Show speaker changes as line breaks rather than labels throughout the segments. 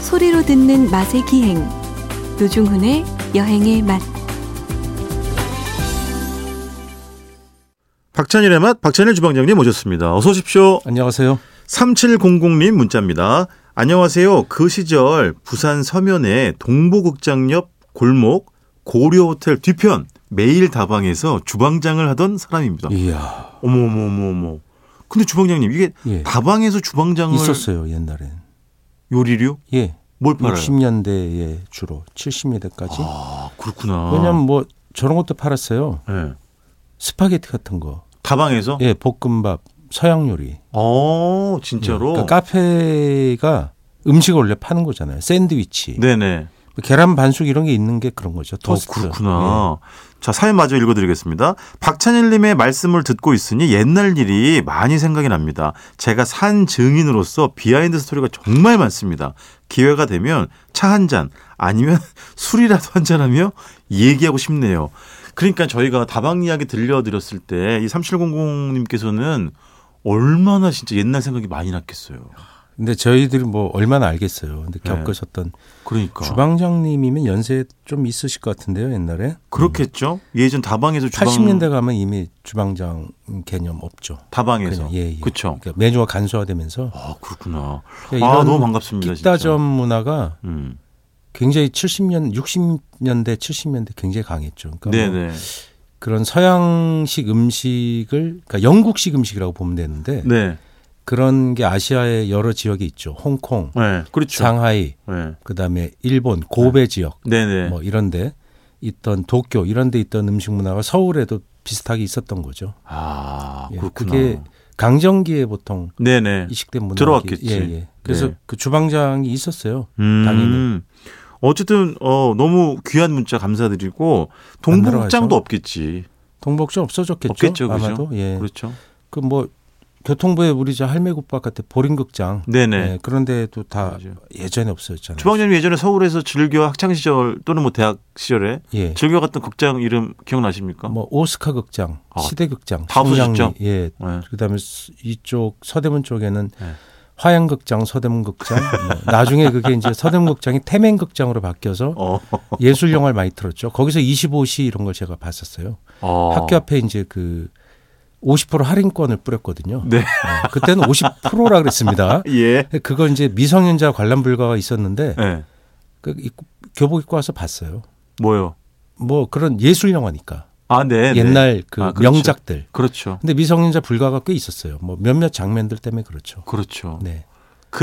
소리로 듣는 맛의 기행 노중훈의 여행의 맛
박찬일의 맛 박찬일 주방장님 모셨습니다. 어서 오십시오.
안녕하세요.
3700님 문자입니다. 안녕하세요. 그 시절 부산 서면의 동보극장 옆 골목 고려호텔 뒤편 매일 다방에서 주방장을 하던 사람입니다.
예. 이야
어머머머머. 근데 주방장님 이게
예.
다방에서 주방장을
있었어요 옛날엔.
요리류
예.
뭘 팔아요?
60년대에 주로 70년대까지.
아 그렇구나.
왜냐면 뭐 저런 것도 팔았어요.
예.
스파게티 같은 거.
다방에서.
예, 볶음밥, 서양 요리.
어 진짜로.
예, 그러니까 카페가 음식을 원래 파는 거잖아요. 샌드위치. 뭐
네네.
계란 반숙 이런 게 있는 게 그런 거죠.
어,
토스트. 예.
그렇구나. 자, 사연 마저 읽어드리겠습니다. 박찬일님의 말씀을 듣고 있으니 옛날 일이 많이 생각이 납니다. 제가 산 증인으로서 비하인드 스토리가 정말 많습니다. 기회가 되면 차 한 잔, 아니면 술이라도 한 잔하며 얘기하고 싶네요. 그러니까 저희가 다방 이야기 들려드렸을 때 이 3700님께서는 얼마나 진짜 옛날 생각이 많이 났겠어요.
예. 근데 저희들이 뭐 얼마나 알겠어요. 근데 겪으셨던
네. 그러니까.
주방장님이면 연세 좀 있으실 것 같은데요, 옛날에.
그렇겠죠? 예전 다방에서 주방
80년대 가면 이미 주방장 개념 없죠.
다방에서.
그냥, 예, 예.
그렇죠.
그러니까 메뉴가 간소화되면서
아 그렇구나.
그러니까
아
이런
너무 반갑습니다. 진짜.
깃다점 문화가
음.
굉장히 70년, 60년대, 70년대 굉장히 강했죠. 그러니까 뭐
네네.
그런 서양식 음식을 그러니까 영국식 음식이라고 보면 되는데
네.
그런 게 아시아의 여러 지역이 있죠. 홍콩,
네. 그렇죠.
상하이,
네.
그다음에 일본 고베 지역
네네.
뭐 이런데 있던 도쿄 이런데 있던 음식 문화가 서울에도 비슷하게 있었던 거죠.
아
예,
그렇구나.
그게 강정기에 보통
네네.
이식된 문화
들어왔겠지.
예, 예. 그래서
네.
그 주방장이 있었어요.
음.
당연히.
어쨌든 어 너무 귀한 문자 감사드리고 동북장도
만들어가죠.
없겠지.
동복지 없어졌겠죠.
없겠죠, 그죠?
아마도 예.
그렇죠.
그 뭐 교통부에 우리 저 할매국 바깥에 보림극장
네네.
예, 그런데도 다
맞아요.
예전에 없어졌잖아요.
주방장님 예전에 서울에서 즐겨 학창 시절 또는 뭐 대학 시절에
예.
즐겨 갔던 극장 이름 기억나십니까?
뭐 오스카 극장,
아,
시대극장,
다 없어졌죠?
심양리, 예.
네.
그다음에 스- 이쪽 서대문 쪽에는
네.
화양극장, 서대문극장. 뭐 나중에 그게 이제 서대문극장이 태맹극장으로 바뀌어서
어.
예술 영화를 많이 틀었죠. 거기서 25시 이런 걸 제가 봤었어요.
어.
학교 앞에 이제 그 50% 할인권을 뿌렸거든요.
네.
어, 그때는 50%라 그랬습니다.
예.
그걸 이제 미성년자 관람 불가가 있었는데
네.
그 입고- 교복 입고 와서 봤어요.
뭐요?
뭐 그런 예술 영화니까
아 네. 네.
옛날 그
아, 그렇죠.
명작들.
그렇죠.
근데 미성년자 불가가 꽤 있었어요. 뭐 몇몇 장면들 때문에 그렇죠.
그렇죠.
네.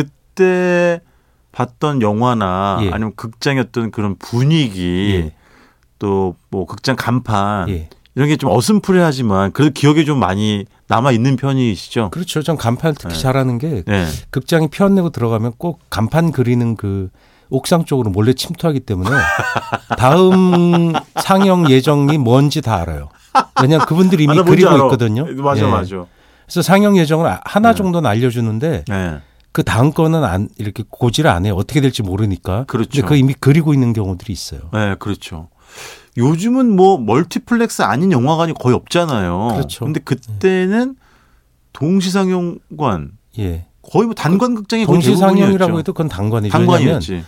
그때 봤던 영화나
예.
아니면 극장이었던 그런 분위기
예.
또 뭐 극장 간판
예.
이런 게 좀 어슴푸레하지만 그래도 기억에 좀 많이 남아 있는 편이시죠?
그렇죠. 전 간판 특히
네.
잘하는 게
네.
극장이 피어내고 들어가면 꼭 간판 그리는 그 옥상 쪽으로 몰래 침투하기 때문에 다음 상영 예정이 뭔지 다 알아요. 왜냐하면 그분들이
아,
이미
나 뭔지
그리고
알아. 네,
있거든요.
맞아
예.
맞아.
그래서 상영 예정을 아- 하나
네.
정도는 알려주는데
네.
그 다음 거는 안 이렇게 고지를 안 해요. 어떻게 될지 모르니까.
그렇죠.
근데 그 이미 그리고 있는 경우들이 있어요.
네, 그렇죠. 요즘은 뭐 멀티플렉스 아닌 영화관이 거의 없잖아요.
그렇죠.
근데 그때는 동시상영관
예.
거의 뭐 단관 극장이 거의
동시상영이라고
대부분이었죠.
해도 그건 단관이죠. 왜냐면
단관이었지.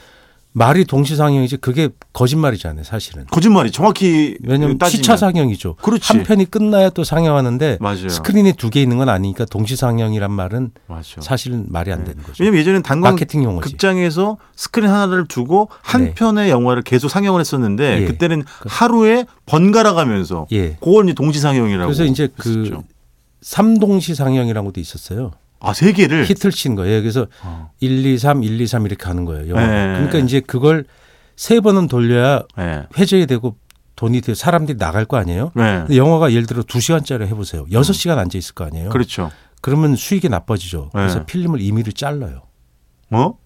말이 동시상영이지 그게 거짓말이잖아요, 사실은.
거짓말이 정확히
왜냐면
따지면.
시차 상영이죠.
그렇지.
한 편이 끝나야 또 상영하는데
맞아요.
스크린이 두 개 있는 건 아니니까 동시상영이란 말은
맞아요.
사실은 말이 안 되는 거죠.
그렇죠. 네. 왜냐면 예전엔 단관
마케팅 용어지.
극장에서 스크린 하나를 두고 한
네.
편의 영화를 계속 상영을 했었는데
예.
그때는 하루에 번갈아 가면서
예.
그걸 이제 동시 상영이라고.
그래서 이제 그
했었죠.
삼동시 상영이라고도 있었어요.
아, 세 개를
히트를 친 거예요. 그래서
어.
1, 2, 3, 1, 2, 3 이렇게 가는 거예요. 영화.
네.
그러니까 이제 그걸 세 번은 돌려야
예.
회전이 되고 돈이 되고 사람들이 나갈 거 아니에요.
예.
근데 영화가 예를 들어 두시간짜리 해보세요. 여섯 시간 앉아 있을 거
음.
아니에요.
그렇죠.
그러면 수익이 나빠지죠. 그래서
네.
필름을 임의로 잘라요.
뭐?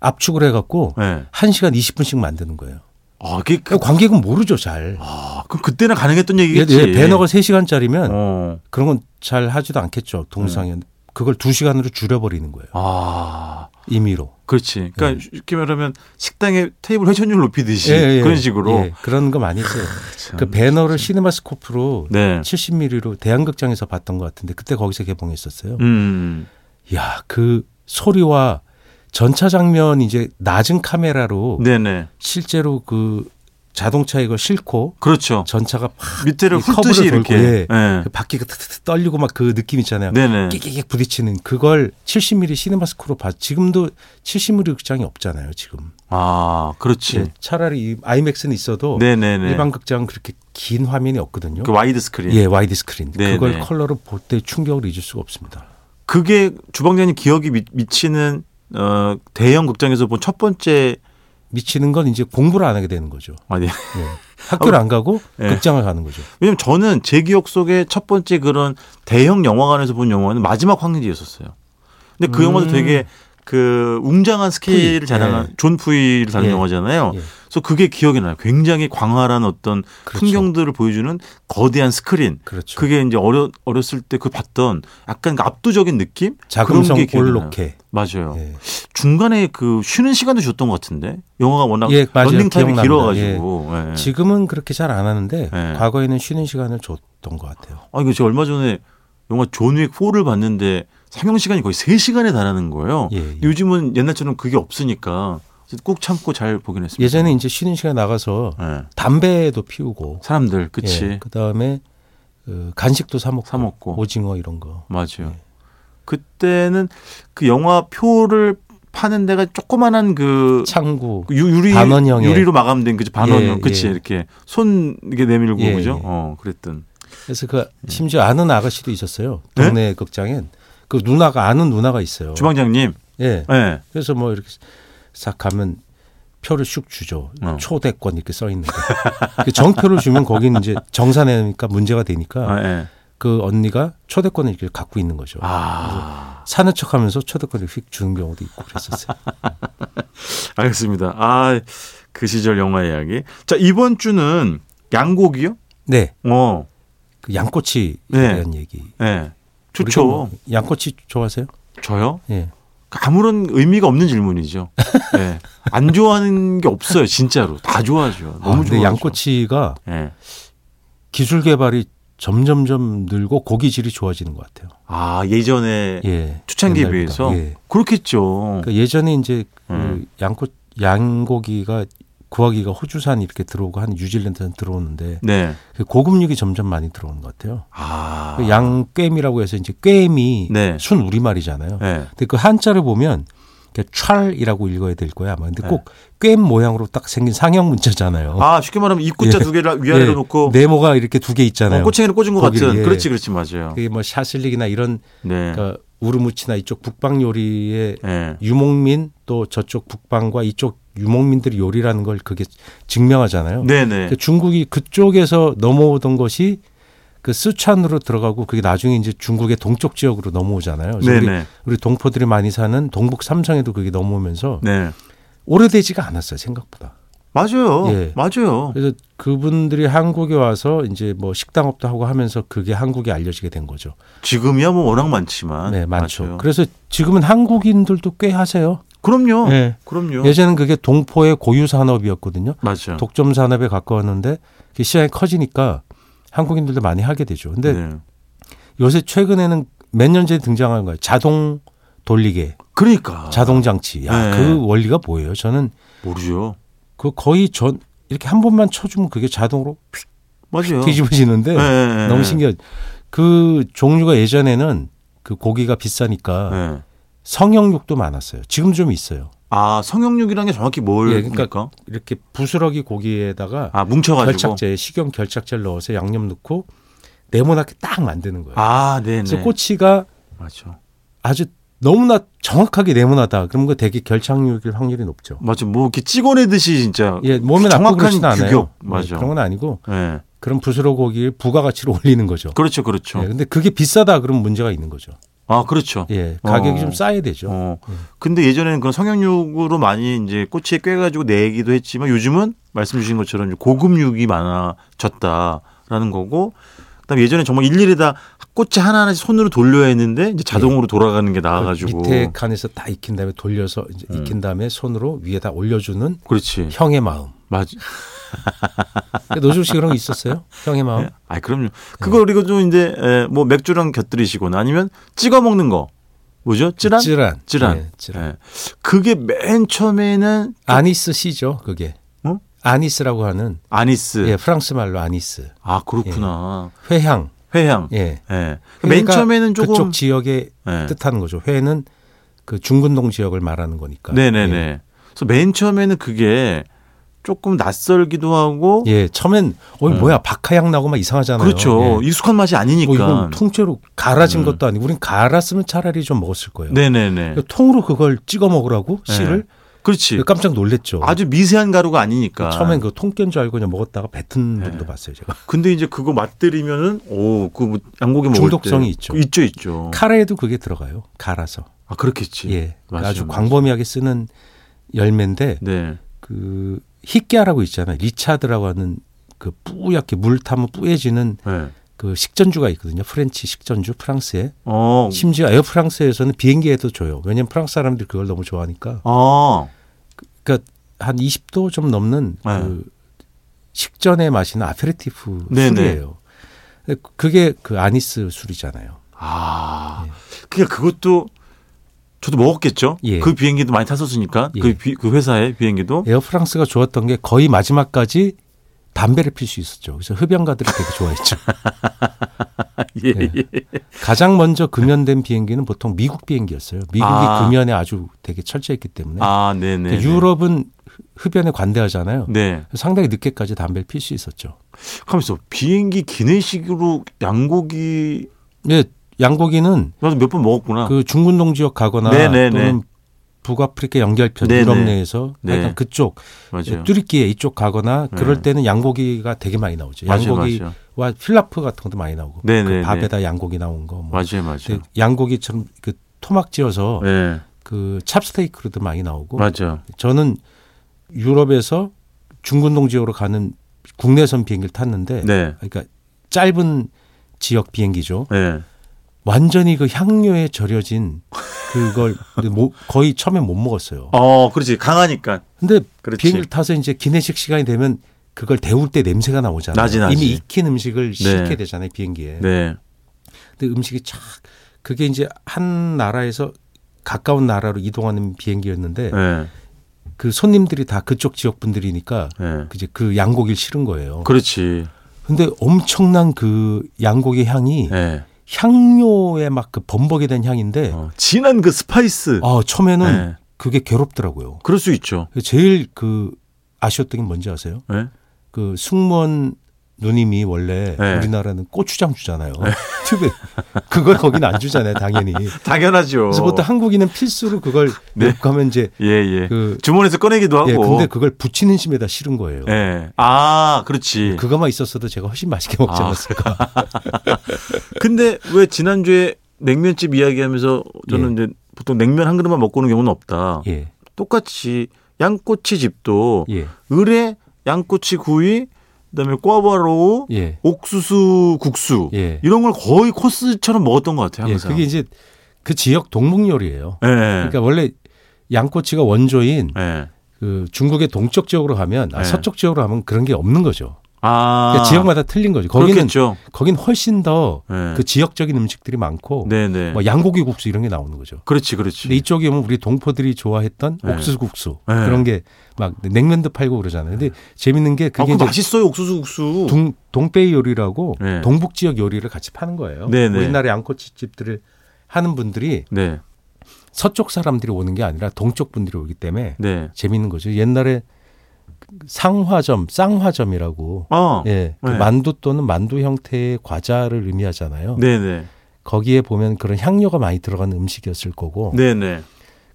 압축을 해갖고
예.
한시간 20분씩 만드는 거예요.
아, 그게 그,
그러니까 관객은 모르죠, 잘.
아, 그럼 그때는 가능했던
예,
얘기겠지.
예, 배너가 세시간짜리면
어. 네.
그런 건 잘 하지도 않겠죠. 동상에 그걸 두시간으로 줄여버리는 거예요.
아.
임의로.
그렇지. 그러니까 쉽게 말하면 식당에 테이블 회전율 높이듯이
네. 예, 예.
그런 식으로.
예, 그런 거 많이 했어요.
참.
그 배너를 시네마스코프로
음. 네.
70mm로 대한극장에서 봤던 것 같은데 그때 거기서 개봉했었어요.
음.
야, 그 소리와 전차 장면 이제 낮은 카메라로
네네.
실제로 그 자동차 이거 싣고
그렇죠.
전차가 팍
밑에를
이 커브를
훑듯이 이렇게.
돌고, 예.
예.
그 바퀴가 탁탁탁 떨리고 막 그 느낌 있잖아요.
네네.
끼끼끼 부딪히는 그걸 70mm 시네마스코로 봐. 지금도 70mm 극장이 없잖아요. 지금
아, 그렇지.
예, 차라리 이 아이맥스는 있어도
네네네.
일반 극장은 그렇게 긴 화면이 없거든요.
그 와이드 스크린.
예, 와이드 스크린.
네,
그걸
네.
컬러로 볼 때 충격을 잊을 수가 없습니다.
그게 주방장님 기억이 미, 치는 어, 대형 극장에서 본 첫 번째
미치는 건 이제 공부를 안 하게 되는 거죠.
아니
예. 학교를 안 가고
예.
극장을 가는 거죠.
왜냐면 저는 제 기억 속에 첫 번째 그런 대형 영화관에서 본 영화는 마지막 황리지였었어요. 근데 그
음.
영화도 되게 그 웅장한 스케일을
푸이.
자랑한
예.
존 푸이를 다룬
예.
영화잖아요.
예.
그래서 그게 기억이 나요. 굉장히 광활한 어떤
그렇죠.
풍경들을 보여주는 거대한 스크린.
그렇죠.
그게 이제 어려 어렸을 때 그 봤던 약간 그 압도적인 느낌? 그런
자금성
게 기억이 나요. 그렇죠.
올로케.
맞아요.
예.
중간에 그 쉬는 시간도 줬던 것 같은데 영화가 워낙
예, 맞아요.
런닝 타임이
기억납니다.
길어가지고. 예.
지금은 그렇게 잘 안 하는데
예.
과거에는 쉬는 시간을 줬던 것 같아요.
아 이거 제가 얼마 전에 영화 존윅 4를 봤는데 상영 시간이 거의 3 시간에 달하는 거예요.
예, 예.
요즘은 옛날처럼 그게 없으니까 꾹 참고 잘 보긴 했습니다.
예전에 이제 쉬는 시간 나가서
예. 담배도
담배도 피우고
사람들 그치
예, 그다음에 그 간식도 사 먹고,
사 먹고.
오징어 이런 거.
맞아요. 그때는 그 영화 표를 파는 데가 조그만한 그
창구.
그 유- 유리
반원형의.
유리로 마감된 그지 반원형
예,
그치
예.
이렇게 손 이게 내밀고
예,
그죠?
예.
어 그랬던
그래서 그 심지어 아는 아가씨도
음.
있었어요.
네?
동네 극장엔 그 누나가 아는 누나가 있어요.
주방장님
예.
예.
그래서 뭐 이렇게 싹 가면 표를 쑥 주죠.
어.
초대권 이렇게 써 있는 거. 그 정표를 주면 거기는 이제 정산해니까 문제가 되니까
아, 예.
그 언니가 초대권을 이렇게 갖고 있는 거죠.
아.
사는 척하면서 초대권을 휙 주는 경우도 있고 그랬었어요.
알겠습니다. 아, 그 시절 영화 이야기. 자, 이번 주는 양고기요?
네,
어,
그 양꼬치에
네.
대한 얘기.
예.
우리가
좋죠.
뭐 양꼬치 좋아하세요?
저요?
예.
아무런 의미가 없는 질문이죠. 예. 안 좋아하는 게 없어요, 진짜로. 다 좋아하죠.
아,
너무
근데
좋아하죠.
양꼬치가
예.
기술 개발이 점점점 늘고 고기질이 좋아지는 것 같아요.
아, 예전에
예.
초창기에
옛날보다.
비해서
예.
그렇겠죠.
그러니까 예전에 이제 그
음.
양꼬 양고기가 구하기가 호주산 이렇게 들어오고 한 뉴질랜드산 들어오는데
네.
그 고급육이 점점 많이 들어오는 것 같아요.
아.
그 양꿰미라고 해서 이제 꿰미
네.
순 우리말이잖아요.
예.
근데 그 한자를 보면 이렇게 찰이라고 읽어야 될 거야 아마. 근데
네.
꼭꿰 모양으로 딱 생긴 상형 문자잖아요.
아, 쉽게 말하면 입구자
어. 예.
두 개를 위아래로
예,
놓고
네모가 이렇게 두 개
어,
있잖아요.
꼬챙이를 꽂은 것
거기를,
같은.
예.
그렇지, 그렇지, 맞아요.
그게 뭐 샤슬릭이나 이런
네.
그러니까 우르무치나 이쪽 북방 요리의
예.
유목민 또 저쪽 북방과 이쪽 유목민들의 요리라는 걸 그게 증명하잖아요.
네네.
그 중국이 그쪽에서 넘어오던 것이 그 쓰촨으로 들어가고 그게 나중에 이제 중국의 동쪽 지역으로 넘어오잖아요. 그래서 우리,
네네.
우리 동포들이 많이 사는 동북 삼성에도 그게 넘어오면서
네.
오래되지가 않았어요 생각보다.
맞아요.
예.
맞아요.
그래서 그분들이 한국에 와서 이제 뭐 식당업도 하고 하면서 그게 한국에 알려지게 된 거죠.
지금이야 뭐 워낙 많지만.
네, 많죠.
맞아요.
그래서 지금은 한국인들도 꽤 하세요.
그럼요.
네.
그럼요.
예전엔 그게 동포의 고유 산업이었거든요.
맞아요.
독점 산업에 가까웠는데 그 시장이 커지니까 한국인들도 많이 하게 되죠. 근데
네.
요새 최근에는 몇 년 전에 등장한 거예요. 자동 돌리개,
그러니까
자동 장치. 야,
네.
그 원리가 뭐예요? 저는
모르죠.
그 거의 전 이렇게 한 번만 쳐주면 그게 자동으로
맞아요.
그 뒤집어지는데
네, 네, 네.
너무 신기해. 그 종류가 예전에는 그 고기가 비싸니까
네.
성형육도 많았어요. 지금 좀 있어요.
아 성형육이라는 게 정확히
예,
뭘
그러니까
그러니까
이렇게 부스러기 고기에다가
아 뭉쳐가지고
결착제, 식용 결착제를 넣어서 양념 넣고 네모나게 딱 만드는 거예요.
아 네네
그래서 꼬치가
맞죠.
아주 너무나 정확하게 네모나다. 그러면 그 되게 결착륙일 확률이 높죠.
맞죠. 뭐 이렇게 찍어내듯이 진짜.
예, 몸에 나쁘고
음, 정확한
그렇진 않아요.
규격.
네,
맞아.
그런 건 아니고
예.
그런 부스러기 고기를 부가가치로 올리는 거죠.
그렇죠, 그렇죠.
예, 근데 그게 비싸다 그러면 문제가 있는 거죠.
아 그렇죠.
예, 가격이
어.
좀 싸야 되죠.
어. 근데 예전에는 그런 성형육으로 많이 이제 꼬치에 꿰가지고 내기도 했지만 요즘은 말씀 주신 것처럼 고급육이 많아졌다라는 거고 그다음 에 예전에 정말 일일이 다 꼬치 하나하나씩 손으로 돌려야 했는데 이제 자동으로 돌아가는 게
그
어, 나와가지고
밑에 칸에서 다 익힌 다음에 돌려서 이제
음.
익힌 다음에 손으로 위에다 올려주는
그렇지
형의 마음. 예,
맞.
노조 씨 그런 거 있었어요? 네. 형의
예? 네.
마음.
아 그럼요. 그거 그리고 좀 이제 에, 뭐 맥주랑 곁들이시거나 아니면 찍어 먹는 거. 뭐죠? 찌란?
찌란.
찌란.
네, 찌란.
예. 그게 맨 처음에는
아니스 씨죠, 그게.
어?
아니스라고 하는
아니스.
예, 프랑스 말로 아니스.
아 그렇구나.
회향.
회향. 예.
예.
맨
그러니까
처음에는 조금
그쪽 지역의
예.
뜻하는 거죠. 회는 그 중근동 지역을 말하는 거니까.
네네네.
예.
그래서 맨 처음에는 그게 조금 낯설기도 하고
예, 예, 처음엔 어
음.
뭐야 박하향 나고 막 이상하잖아요.
그렇죠.
예.
익숙한 맛이
뭐
아니니까.
이건 통째로 갈아진
음.
것도 아니고 우린 갈았으면 차라리 좀 먹었을 거예요.
네네네.
통으로 그걸 찍어 먹으라고
예.
씨를
그렇지.
깜짝 놀랬죠.
아주 미세한 가루가 아니니까.
처음엔 그 통깨인 줄 알고 그냥 먹었다가 뱉은
예.
분도 봤어요 제가.
근데 이제 그거 맛들이면은 오그 뭐 양고기 먹을
중독성이
때.
있죠.
있죠, 있죠.
카레에도 그게 들어가요. 갈아서.
아 그렇겠지.
예.
맞아요,
아주
맞아요.
광범위하게 쓰는 열매인데
네.
그 히끼아라고 있잖아요. 리차드라고 하는 그 뿌옇게 물 타면 뿌얘지는
네.
그 식전주가 있거든요. 프렌치 식전주 프랑스에.
어.
심지어 에어 프랑스에서는 비행기에도 줘요. 왜냐면 프랑스 사람들이 그걸 너무 좋아하니까.
아.
그러니까 한 20도 좀 넘는
네.
그 식전에 마시는 아페리티프
네네.
술이에요. 근데 그게 그 아니스 술이잖아요.
아. 그냥 그것도 저도 먹었겠죠.
예.
그 비행기도 많이 탔었으니까
예.
그, 비- 그 회사의 비행기도.
에어 프랑스가 좋았던 게 거의 마지막까지 담배를 필 수 있었죠. 그래서 흡연가들이 되게 좋아했죠.
예.
네.
예.
가장 먼저 금연된 비행기는 보통 미국 비행기였어요. 미국이
아.
금연에 아주 되게 철저했기 때문에
아, 네, 네.
그러니까 유럽은 흡- 흡연에 관대하잖아요.
네.
상당히 늦게까지 담배를 필 수 있었죠.
하면서 비행기 기내식으로 양고기
예, 양고기는
나도 몇 번 먹었구나.
그 중군동 지역 가거나
아. 네네네.
또는 북아프리카 연결편
네네.
유럽 내에서
네.
약간 그쪽 네,
맞아요.
뚜르키에 이쪽 가거나 그럴
네.
때는 양고기가 되게 많이 나오죠.
맞아요,
양고기와 필라프 같은 것도 많이 나오고
네네네.
그 밥에다 양고기 나온 거 뭐.
맞아요, 맞아요.
근데 양고기처럼 그 토막 지어서
네.
그 찹스테이크로도 많이 나오고
맞아요.
저는 유럽에서 중군동 지역으로 가는 국내선 비행기를 탔는데
네.
그러니까 짧은 지역 비행기죠.
네.
완전히 그 향료에 절여진 그걸 근데 뭐- 거의 처음에 못 먹었어요.
어, 그렇지. 강하니까.
근데
그렇지.
비행기를 타서 이제 기내식 시간이 되면 그걸 데울 때 냄새가 나오잖아요.
나지, 나지.
이미 익힌 음식을 싣게 되잖아요 비행기에.
네.
근데 음식이 착 그게 이제 한 나라에서 가까운 나라로 이동하는 비행기였는데
네.
그 손님들이 다 그쪽 지역 분들이니까
네.
그 이제 그 양고기를 싫은 거예요.
그렇지.
근데 엄청난 그 양고기 향이
네.
향료에 막 그 범벅이 된 향인데
어, 진한 그 스파이스.
아 처음에는
네.
그게 괴롭더라고요.
그럴 수 있죠.
제일 그 아쉬웠던 게 뭔지 아세요?
네.
그 승무원 누님이 원래
네.
우리나라는 고추장 주잖아요. 튜브에 그걸 거긴 안 주잖아요, 당연히.
당연하죠.
그래서 보통 한국인은 필수로 그걸
어. 네.
넣고 하면 이제
예, 예.
그
주머니에서 꺼내기도 하고.
예, 근데 그걸 부치는 심에다 실은 거예요.
예. 아, 그렇지.
그거만 있었어도 제가 훨씬 맛있게 먹지
아.
않았을까.
근데 왜 지난주에 냉면집 이야기하면서 저는 이제 보통 냉면 한 그릇만 먹고 오는 경우는 없다.
예,
똑같이 양꼬치 집도
예,
을에 양꼬치 구이, 그다음에 꽈바로우,
예.
옥수수 국수
예.
이런 걸 거의 코스처럼 먹었던 것 같아요.
예,
항상.
그게 이제 그 지역 동목 요리예요.
예.
그러니까 원래 양꼬치가 원조인
예.
그 중국의 동쪽 지역으로 가면 아,
네.
서쪽 지역으로 가면 그런 게 없는 거죠.
아.
그러니까 지역마다 틀린 거죠. 거기는
그렇겠죠.
거긴 훨씬 더 그
예.
지역적인 음식들이 많고
네네. 예.
뭐 양고기 국수 이런 게 나오는 거죠.
그렇지, 그렇지. 아,
근데 이쪽에 오면 우리 동포들이 좋아했던
네.
옥수수 국수
네.
그런 게 막 냉면도 팔고 그러잖아요. 근데 재밌는 게
아,
그게
그
이제
맛있어요 옥수수 국수.
동, 동베이 요리라고
네.
동북 지역 요리를 같이 파는 거예요.
네, 네.
우리나라 양꼬치 집들을 하는 분들이
네,
서쪽 사람들이 오는 게 아니라 동쪽 분들이 오기 때문에
네.
재밌는 거죠. 옛날에 상화점, 쌍화점이라고
어,
예, 그
네.
만두 또는 만두 형태의 과자를 의미하잖아요.
네, 네,
거기에 보면 그런 향료가 많이 들어간 음식이었을 거고
네, 네.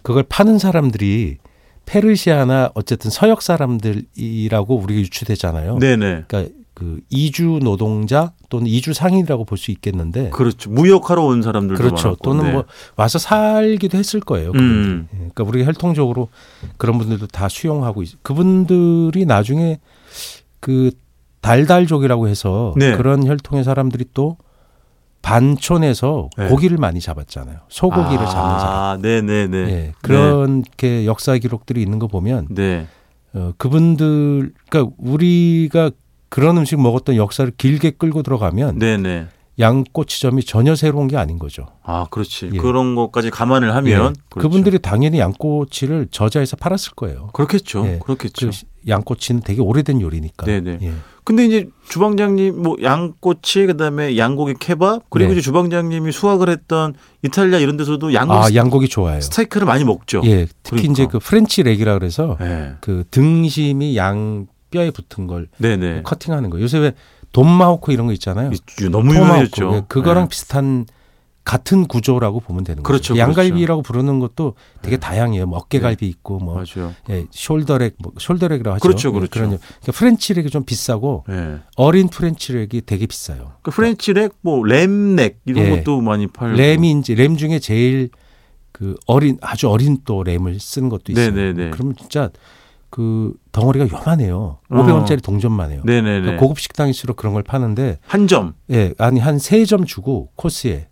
그걸 파는 사람들이 페르시아나 어쨌든 서역 사람들이라고 우리가 유추되잖아요.
네네.
그러니까 그 이주 노동자 또는 이주 상인이라고 볼 수 있겠는데
그렇죠. 무역하러 온 사람들도
그렇죠.
많았고.
또는
네.
뭐 와서 살기도 했을 거예요. 그분들이.
음.
예, 그러니까 우리가 혈통적으로 그런 분들도 다 수용하고 있, 그분들이 나중에 그 달달족이라고 해서
네.
그런 혈통의 사람들이 또 반촌에서
네.
고기를 많이 잡았잖아요. 소고기를 잡는 사람.
아, 네, 네, 네.
예, 그렇게 역사 기록들이 있는 거 보면
네.
어, 그분들 그러니까 우리가 그런 음식 먹었던 역사를 길게 끌고 들어가면
네, 네.
양 꽃시점이 전혀 새로운 게 아닌 거죠.
아, 그렇지.
예.
그런 것까지 감안을 하면
예.
그렇죠.
그분들이 당연히 양꼬치를 저자에서 팔았을 거예요.
그렇겠죠.
예.
그렇겠죠.
그 양꼬치는 되게 오래된 요리니까.
네네.
예.
근데 이제 주방장님 뭐 양꼬치 그다음에 양고기 케밥 그리고
네.
이제 주방장님이 수학을 했던 이탈리아 이런 데서도 양고기
아
스-
양고기 좋아해요.
스테이크를 많이 먹죠.
예, 특히
그러니까.
이제 그 프렌치 렉이라 그래서
예.
그 등심이 양 뼈에 붙은 걸
네네.
커팅하는 거. 요새 왜 돈마호크 이런 거 있잖아요.
이- 너무
토마호크.
유명했죠.
예, 그거랑 비슷한 같은 구조라고 보면 되는
그렇죠,
거죠. 양갈비라고
그렇죠.
부르는 것도 되게 다양해요. 뭐 어깨갈비 있고
예.
뭐
맞아요.
예, 숄더렉 뭐 숄더렉이라고 하죠.
그렇죠,
예,
그렇죠.
그런 그러니까 프렌치렉이 좀 비싸고
예.
어린 프렌치렉이 되게 비싸요.
그 프렌치렉 뭐 램넥 이런
예.
것도 많이 팔고
램이 이제 램 중에 제일 그 어린 아주 어린 또 램을 쓰는 것도 있어요.
네네네.
그러면 진짜 그 덩어리가 요만해요.
어.
500원짜리 동전만 해요.
네네네.
그러니까 고급 식당일수록 그런 걸 파는데
한 점.
예, 아니 한 세 점 주고 코스에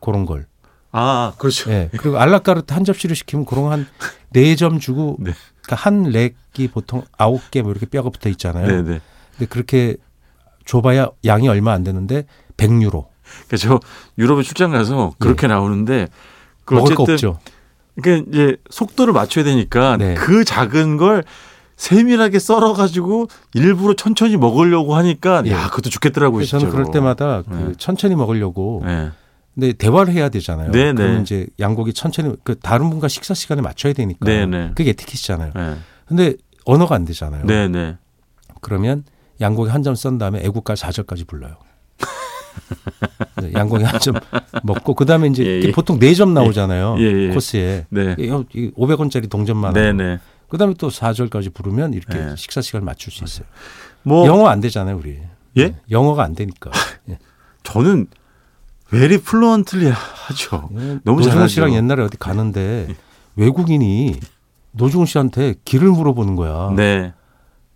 그런 걸.
아, 그렇죠.
예. 그리고 알라카르트 한 접시를 시키면 그런 거 한 네 점 주고
네.
그러니까 한 렉이 보통 아홉 개 뭐 이렇게 뼈가 붙어 있잖아요.
네네.
근데 그렇게 좁아야 양이 얼마 안 되는데 100유로.
그러니까 저 유럽에 출장 가서 그렇게 나오는데 그
예. 먹을 거
어쨌든
없죠.
그러니까 이제 속도를 맞춰야 되니까
네.
그 작은 걸 세밀하게 썰어 가지고 일부러 천천히 먹으려고 하니까
예.
야 그것도 죽겠더라고요.
그래서 저는
진짜로.
그럴 때마다 그
네.
천천히 먹으려고
예.
근데 대화를 해야 되잖아요.
네, 네.
그러면 이제 양고기 천천히 그 다른 분과 식사 시간에 맞춰야 되니까
네, 네.
그게 에티켓이잖아요.
예.
근데 언어가 안 되잖아요.
네네.
그러면 양고기 한 점 썬 다음에 애국가 4절까지 불러요. 네, 양고기 한 점 먹고 그다음에 이제
예,
이게
예.
보통 네 점 나오잖아요.
예, 예, 예.
코스에.
네.
이게 형, 이게 500원짜리 동전만 하고.
네네.
그다음에 또 4절까지 부르면 이렇게
예.
식사 시간을 맞출 수 있어요.
뭐
영어 안 되잖아요, 우리. 네,
예?
영어가 안 되니까. 예.
저는 very fluently 하죠. 너무
네. 예, 노중훈
잘하죠.
씨랑 옛날에 어디 가는데 외국인이 노중훈 씨한테 길을 물어보는 거야.
네.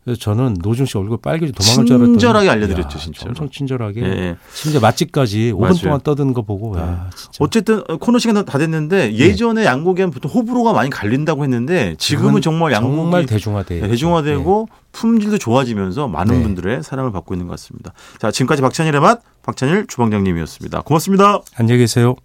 그래서 저는 노중 씨 얼굴 빨개져 도망갈 줄 알았더니
친절하게 알려드렸죠,
야,
진짜로.
엄청 친절하게.
예, 예.
심지어 맛집까지 5분
맞아요. 네.
동안 떠든 거 보고 야, 진짜. 네.
어쨌든 코너 시간 다- 다 됐는데 예전에 양고기는 보통 호불호가 많이 갈린다고 했는데 지금은 정말 양고기
정말 대중화돼.
네, 대중화되고 품질도 좋아지면서 많은
네.
분들의 사랑을 받고 있는 것 같습니다. 자, 지금까지 박찬일의 맛 박찬일 주방장님이었습니다. 고맙습니다.
네. 안녕히 계세요.